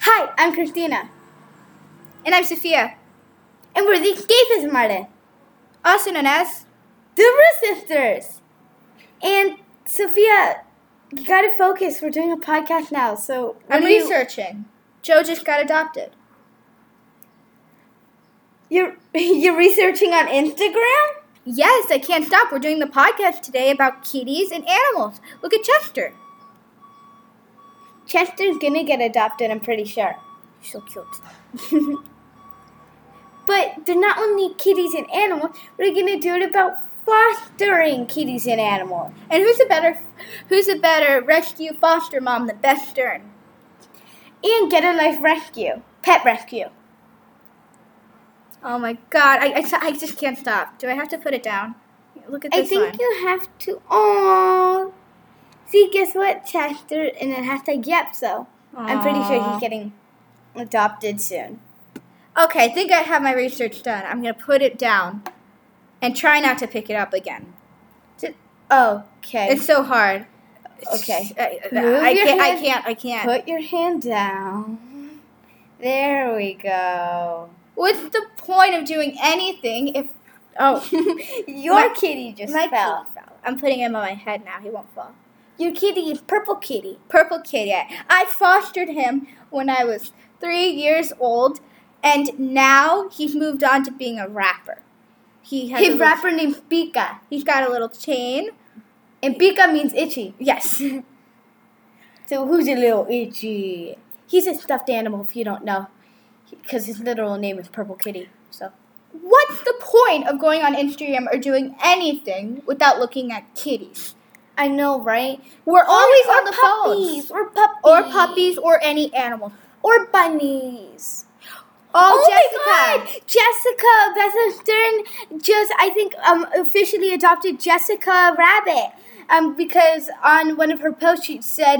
Hi, I'm Christina. And I'm Sophia, And we're the Gafes Martin, also known as. the Bruce Sisters. And Sophia, you gotta focus. We're doing a podcast now, so what I'm do you- researching. Joe just got adopted. You're you're researching on Instagram? Yes, I can't stop. We're doing the podcast today about kitties and animals. Look at Chester. Chester's gonna get adopted, I'm pretty sure. He's so cute. But they're not only kitties and animals. We're gonna do it about fostering kitties and animals. And who's a better, who's a better rescue foster mom than Beth Stern? And get a life rescue, pet rescue. Oh my God, I, I, I just can't stop. Do I have to put it down? Look at I this think one. you have to. Oh, see, guess what, Chester? And then hashtag yep. So I'm pretty sure Aw. he's getting adopted soon. Okay, I think I have my research done. I'm gonna put it down, and try not to pick it up again. Okay. It's so hard. Okay. I, Move I your can't. I hand. can't. I can't. Put your hand down. There we go. What's the point of doing anything if? Oh, your My- kitty just my fell. kitty fell. I'm putting him on my head now. He won't fall. Your kitty is purple kitty. Purple kitty. I fostered him when I was three years old, and now he's moved on to being a rapper. He has. a His little- rapper named Pika, He's got a little chain. and Pika means itchy. Yes. So who's a little itchy? He's a stuffed animal. If you don't know, because his literal name is Purple Kitty. So. What's the point of going on Instagram or doing anything without looking at kitties? I know, right? We're always Oh, on the puppies, phones. or puppies, Or puppies or any animal. or bunnies. Oh, my Jessica. God, Jessica Beth Stern just I think um officially adopted Jessica Rabbit um because on one of her posts she said,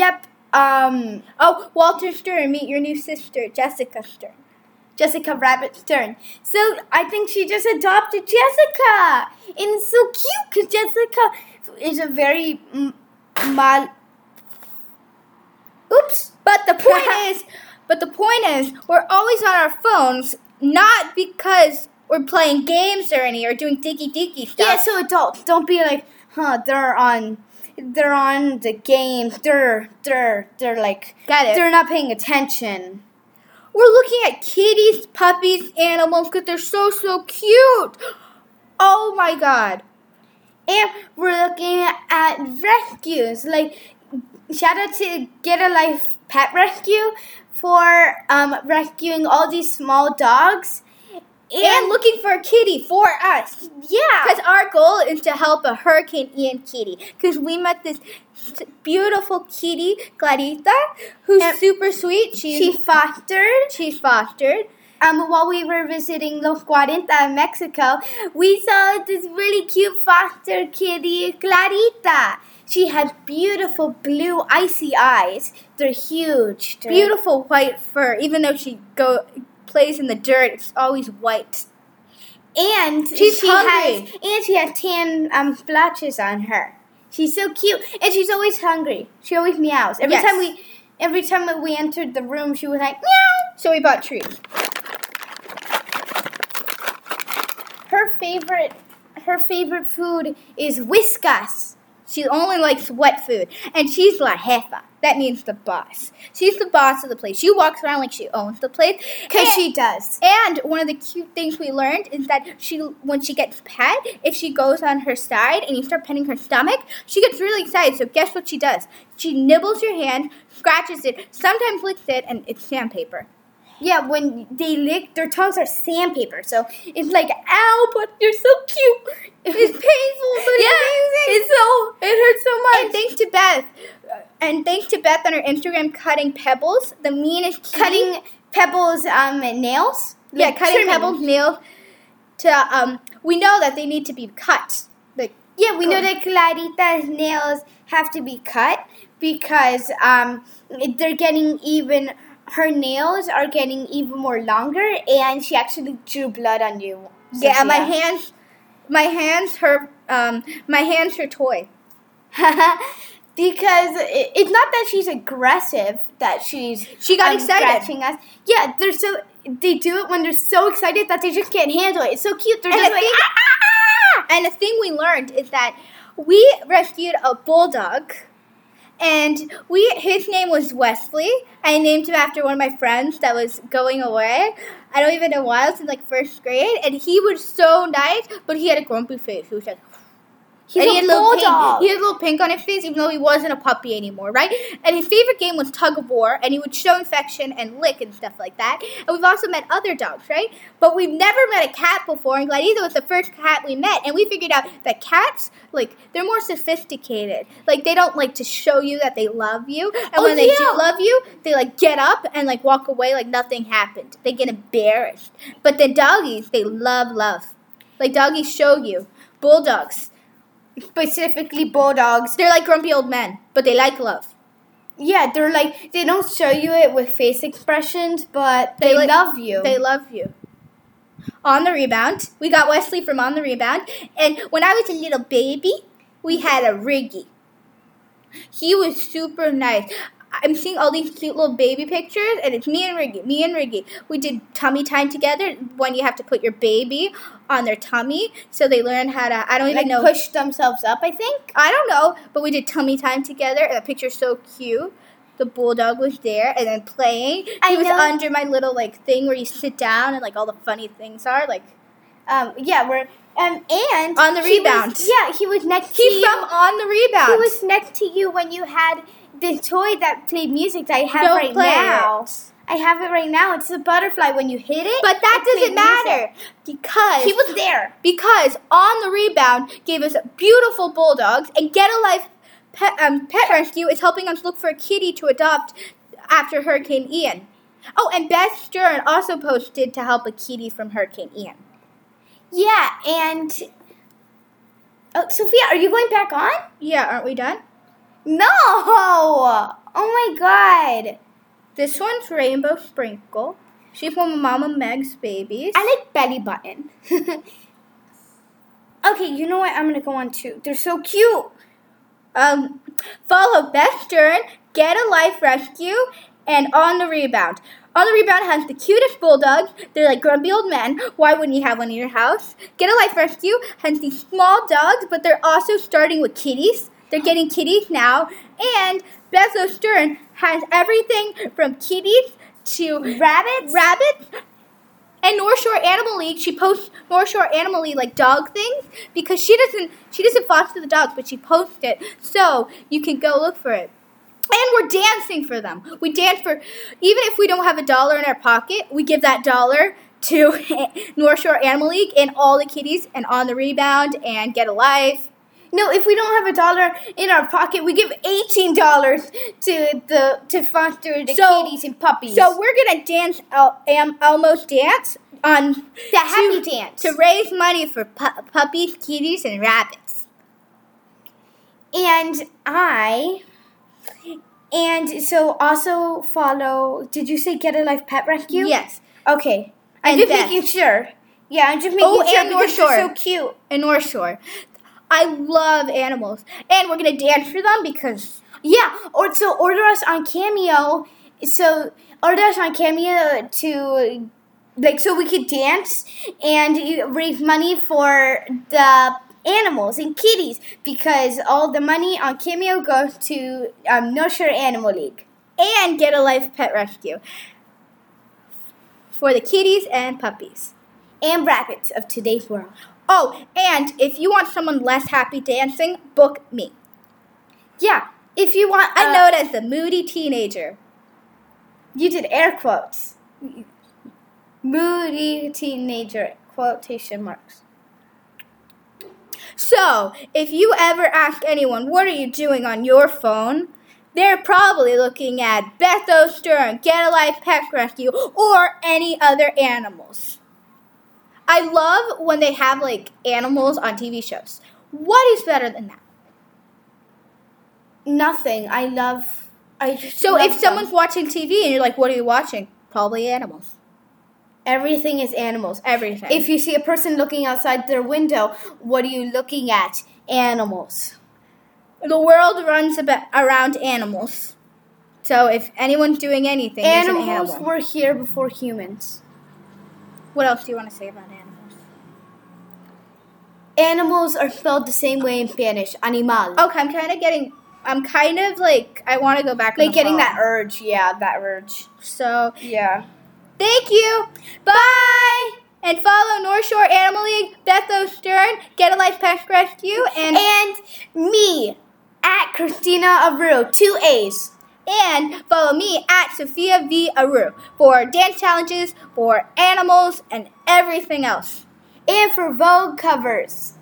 "Yep, um Oh, Walter Stern, meet your new sister, Jessica Stern. Jessica Rabbit Stern." So I think she just adopted Jessica, and it's so cute because Jessica is a very m- mild. Oops. But the point is, but the point is, we're always on our phones, not because we're playing games or any or doing diggy diggy stuff. Yeah, so adults, don't be like, huh? They're on, they're on the game. They're, they're, they're like, Got it. they're not paying attention. We're looking at kitties, puppies, animals because they're so so cute. Oh my god. And we're looking at rescues. Like, shout out to Get a Life Pet Rescue for um, rescuing all these small dogs. And, looking for a kitty for us. yeah, Because our goal is to help a Hurricane Ian kitty. Because we met this s- beautiful kitty, Clarita, who's And- super sweet. She's, she fostered. she's fostered. um, while we were visiting Los Cuarenta in Mexico, we saw this really cute foster kitty, Clarita. She had beautiful blue icy eyes. They're huge. They're Beautiful white fur. Even though she go plays in the dirt, it's always white. And She's she hungry. has and she has tan um, blotches on her. She's so cute, and she's always hungry. She always meows every Yes. time we every time that we entered the room. She was like meow. So we bought treats. Her favorite her favorite food is whiskas. She only likes wet food. And she's La Jefa. That means the boss. She's the boss of the place. She walks around like she owns the place. Cause And- she does. And one of the cute things we learned is that she, when she gets pet, if she goes on her side and you start petting her stomach, she gets really excited. So guess what she does? She nibbles your hand, scratches it, sometimes licks it, and it's sandpaper. Yeah, when they lick, their tongues are sandpaper. So it's like, ow, but you're so cute. It's painful, but it's amazing. It's so, it hurts so much. And thanks to Beth, and thanks to Beth on her Instagram, cutting pebbles, the meanest kitty- cutting pebbles um, and nails. yeah, Like cutting trimming. pebbles nails. To um, we know that they need to be cut. Like Yeah, we know Cool. that Clarita's nails have to be cut because um, they're getting even, her nails are getting even more longer, and she actually drew blood on you. Yeah, my Sophia. hands, my hands, her, um, my hands, her toy. because it, it's not that she's aggressive that she's She got um, excited. scratching us. Yeah, they're so they do it when they're so excited that they just can't handle it. It's so cute. They're And just I like think- "Ah, ah, ah!" And the thing we learned is that we rescued a bulldog, and we his name was Wesley. I named him after one of my friends that was going away. I don't even know why. I was in like first grade, and he was so nice, but he had a grumpy face. He was like. "Ah, He's and a he had bulldog. Little pink, he had a little pink on his face, even though he wasn't a puppy anymore, right? And his favorite game was tug of war, and he would show affection and lick and stuff like that. And we've also met other dogs, right? But we've never met a cat before, and Gladys was the first cat we met, and we figured out that cats, like, they're more sophisticated. Like, they don't like to show you that they love you, and Oh, when they yeah. do love you, they like get up and like walk away like nothing happened. They get embarrassed. But the doggies, they love love. Like doggies show you. Bulldogs, specifically bulldogs. they're like grumpy old men, but they like love. Yeah, they're like they don't show you it with face expressions, but they, They like- love you. They love you. On the rebound, we got Wesley from On the Rebound, and when I was a little baby, we had a Riggy. He was super nice. I'm seeing all these cute little baby pictures, and it's me and Riggy. Me and Riggy. We did tummy time together. When you have to put your baby on their tummy, so they learn how to. I don't even like know. push themselves up. I think. I don't know, but we did tummy time together, and the picture's so cute. The bulldog was there, and then playing. I he was know. under my little like thing where you sit down, and like all the funny things are like. Um, yeah, we're um and On the he was- rebound. yeah, he was next to He's you. from on the rebound. He was next to you when you had the toy that played music that I have Don't right play now. it. I have it right now. It's a butterfly. When you hit it, but that it doesn't played music. matter because He was there. because on the rebound gave us beautiful bulldogs and get a life pet, um, pet rescue is helping us look for a kitty to adopt after hurricane ian oh and beth stern also posted to help a kitty from hurricane ian Yeah, and oh, Sophia, are you going back on? yeah aren't we done No. Oh my god. This one's Rainbow Sprinkle. She's one of Mama Meg's babies. I like belly button. okay, you know what? I'm gonna go on too. They're so cute. um, follow Beth Stern, Get a Life Rescue, and On the Rebound. On the Rebound has the cutest bulldogs. They're like grumpy old men. Why wouldn't you have one in your house? Get a Life Rescue has these small dogs, but they're also starting with kitties. They're getting kitties now. And Beth Stern has everything from kitties to Rabbits? rabbits and North Shore Animal League, she posts North Shore Animal League like dog things because she doesn't she doesn't foster the dogs, but she posts it so you can go look for it. And we're dancing for them. We dance for even if we don't have a dollar in our pocket, we give that dollar to North Shore Animal League and all the kitties and on the rebound and get a life. No, if we don't have a dollar in our pocket, we give eighteen dollars to the to foster the So- kitties and puppies. So we're gonna dance El- Am- Elmo's dance on the happy dance to raise money for pu- puppies, kitties, and rabbits. and I and so also follow. Did you say Get a Life Pet Rescue? Yes. Okay. I'm And just Beth. making sure. Yeah, I'm just making Oh, sure and North because they're so Shore. cute. and North Shore. I love animals, and we're gonna dance for them because Yeah, or so order us on Cameo. So order us on Cameo to like so we could dance and you raise money for the animals and kitties because all the money on Cameo goes to um, Nurture Animal League. and get a life pet rescue for the kitties and puppies. And rabbits of today's world. Oh, and if you want someone less happy dancing, book me. Yeah, if you want, I uh, know it as the moody teenager. you did air quotes. Moody teenager quotation marks. So, if you ever ask anyone, what are you doing on your phone? They're probably looking at Beth O. Stern, Get a Life Pet Rescue, or any other animals. I love when they have like animals on TV shows. What is better than that? Nothing. I love. I just So, love if someone's them. watching TV and you're like, what are you watching? Probably animals. everything is animals. Everything. If you see a person looking outside their window, what are you looking at? Animals. The world runs about, around animals. So if anyone's doing anything, there's an Animals animal. were here before humans. What else do you want to say about animals? Animals are spelled the same way in Spanish, animal. Okay, I'm kind of getting. I'm kind of like I want to go back. on Like the getting that phone. urge, yeah, that urge. So Yeah. thank you. Bye. And follow North Shore Animal League, Beth O'Stern, Get a Life Pest Rescue, and And me, at Christina Abreu, two A's. and follow me at Sophia V Aru for dance challenges, for animals, and everything else. And for Vogue covers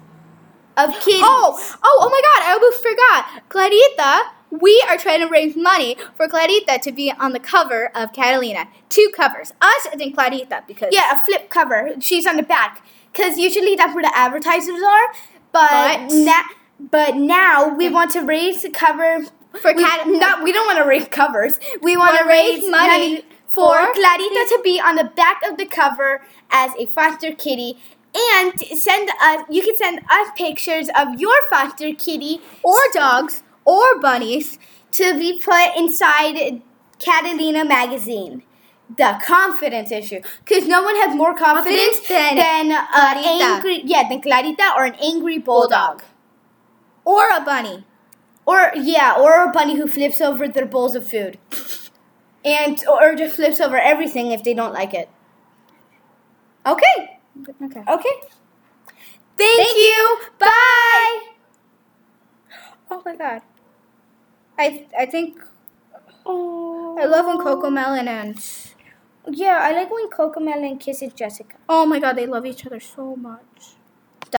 of kitties. Oh, oh, oh my God! I almost forgot. Clarita, we are trying to raise money for Clarita to be on the cover of Catalina. Two covers, us and then Clarita, because Yeah, a flip cover. She's on the back. Because usually that's where the advertisers are. But, But- na- but now we want to raise the cover. for We, Cat- not, we don't want to raise covers. We want to Wanna raise raise, money for for- Clarita to be on the back of the cover as a foster kitty. And send us. You can send us pictures of your foster kitty or dogs or bunnies. to be put inside Catalina magazine. The confidence issue, because no one has more confidence, Confidence than than an Clarita. angry, yeah, than Clarita or an angry bulldog, or a bunny. or yeah, or a bunny who flips over their bowls of food, and or just flips over everything if they don't like it. Okay, Okay. okay. Thank, you. Bye. Oh my god. I I think Oh, I love when Coco Melon and Yeah, I like when Coco Melon kisses Jessica. oh my god, they love each other so much.